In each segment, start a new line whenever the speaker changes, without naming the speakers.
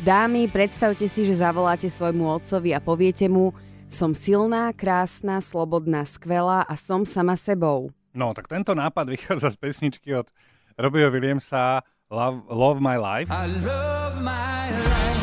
Dámy, predstavte si, že zavoláte svojmu otcovi a poviete mu, som silná, krásna, slobodná, skvelá a som sama sebou.
No, tak tento nápad vychádza z pesničky od Robbieho Williamsa Love, Love My Life.
I love my life.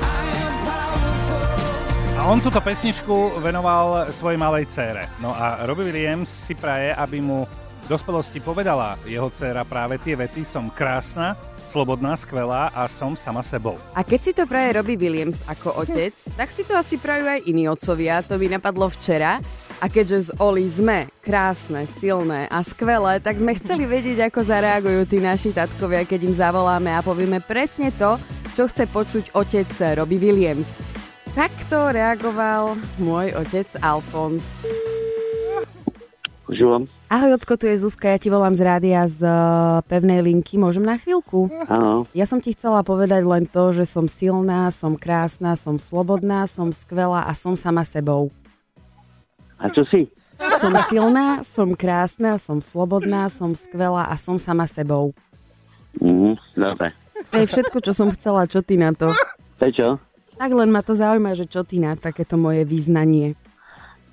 I am
A on túto pesničku venoval svojej malej cére. No a Robbie Williams si praje, aby mu v dospelosti povedala jeho dcéra práve tie vety Som krásna, slobodná, skvelá a som sama sebou.
A keď si to praje Robbie Williams ako otec, tak si to asi prajú aj iní otcovia, to mi napadlo včera. A keďže z Oli sme krásne, silné a skvelé, tak sme chceli vedieť, ako zareagujú tí naši tatkovia, keď im zavoláme a povieme presne to, čo chce počuť otec Robbie Williams. Takto reagoval môj otec Alfons.
Užívam.
Ahoj, Ocko, tu je Zuzka, ja ti volám z rádia z eh, pevnej linky. Môžem na chvíľku?
Áno,
Ja som ti chcela povedať len to, že som silná, som krásna, som slobodná, som skvelá a som sama sebou.
a čo si?
Som silná, som krásna, som slobodná, som skvelá a som sama sebou.
Mhm, dobre.
To je všetko, čo som chcela, čo ty na to.
To je čo?
Tak len ma to zaujíma, že čo ty na takéto moje význanie.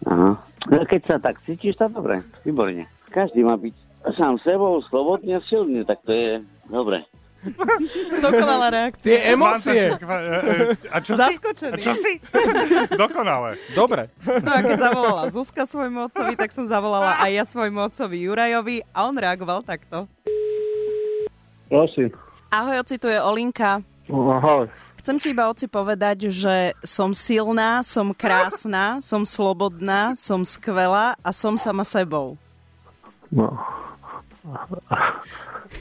Aha. No, keď sa tak cítiš, to dobre, výborne. Každý má byť sám sebou, slobodný a silný, tak to je dobre.
Dokonalá reakcia.
Tie emócie.
e, A čo si? A
Zaskočený.
čo si? Dokonale.
Dobre.
No a keď zavolala Zuzka svojmu otcovi, tak som zavolala aj ja svojmu otcovi Jurajovi a on reagoval takto.
Prosím. No,
Ahoj, oci, tu je Olinka.
Ahoj.
Chcem ti iba, oci, povedať, že som silná, som krásna, som slobodná, som skvelá a som sama sebou.
No.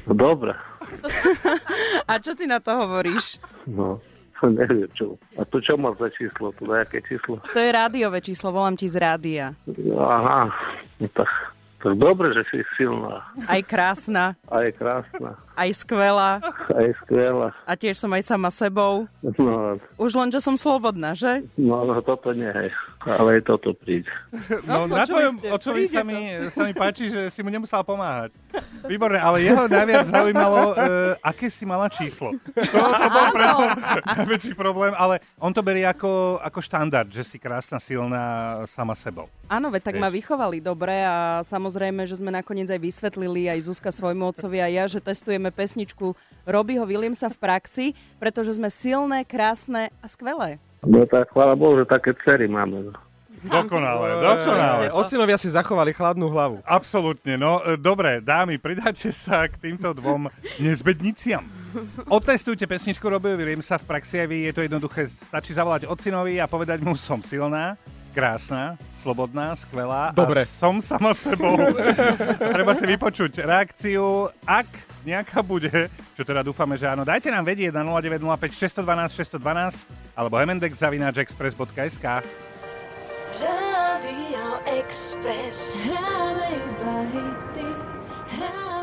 Dobre.
A čo ty na to hovoríš?
No. Neviem čo. A to čo má za číslo? To nejaké číslo?
To je rádiové číslo, volám ti z rádia.
Aha. No tak, tak dobre, že si silná.
Aj krásna,
A je krásna.
aj skvelá
A je skvelá.
a tiež som aj sama sebou.
No,
Už len, že som slobodná, že?
no, no toto nie je. Ale aj toto príde.
No, na
počuli
tvojom
ste,
očovi
príde
sa
to.
mi, sa mi páči, že si mu nemusela pomáhať. Výborné, ale jeho najviac zaujímalo, e, aké si mala číslo. To, to bol pre mňa najväčší problém, ale on to berie ako, ako štandard, že si krásna, silná sama sebou.
Áno, veď tak
Vieš.
ma vychovali dobre a samozrejme, že sme nakoniec aj vysvetlili aj Zuzka svojmu otcovi a ja, že testujeme pesničku Robyho Williamsa v praxi, pretože sme silné, krásne a skvelé.
No tak chvála Bohu, že také cery máme. No.
Dokonale, dokonale.
Ocinovia si zachovali chladnú hlavu.
Absolútne, no e, dobre, dámy, pridáte sa k týmto dvom nezbedniciam. Otestujte pesničku Robbie Williamsa v praxi aj vy, je to jednoduché, stačí zavolať ocinovi a povedať mu som silná, krásna, slobodná, skvelá a
Dobre.
som sama sebou. Treba si vypočuť reakciu, ak nejaká bude, čo teda dúfame, že áno, dajte nám vedieť na 0905 612 612 alebo hemendex zavináč express.sk.
Radio Express.
Hráme iba hity, hráme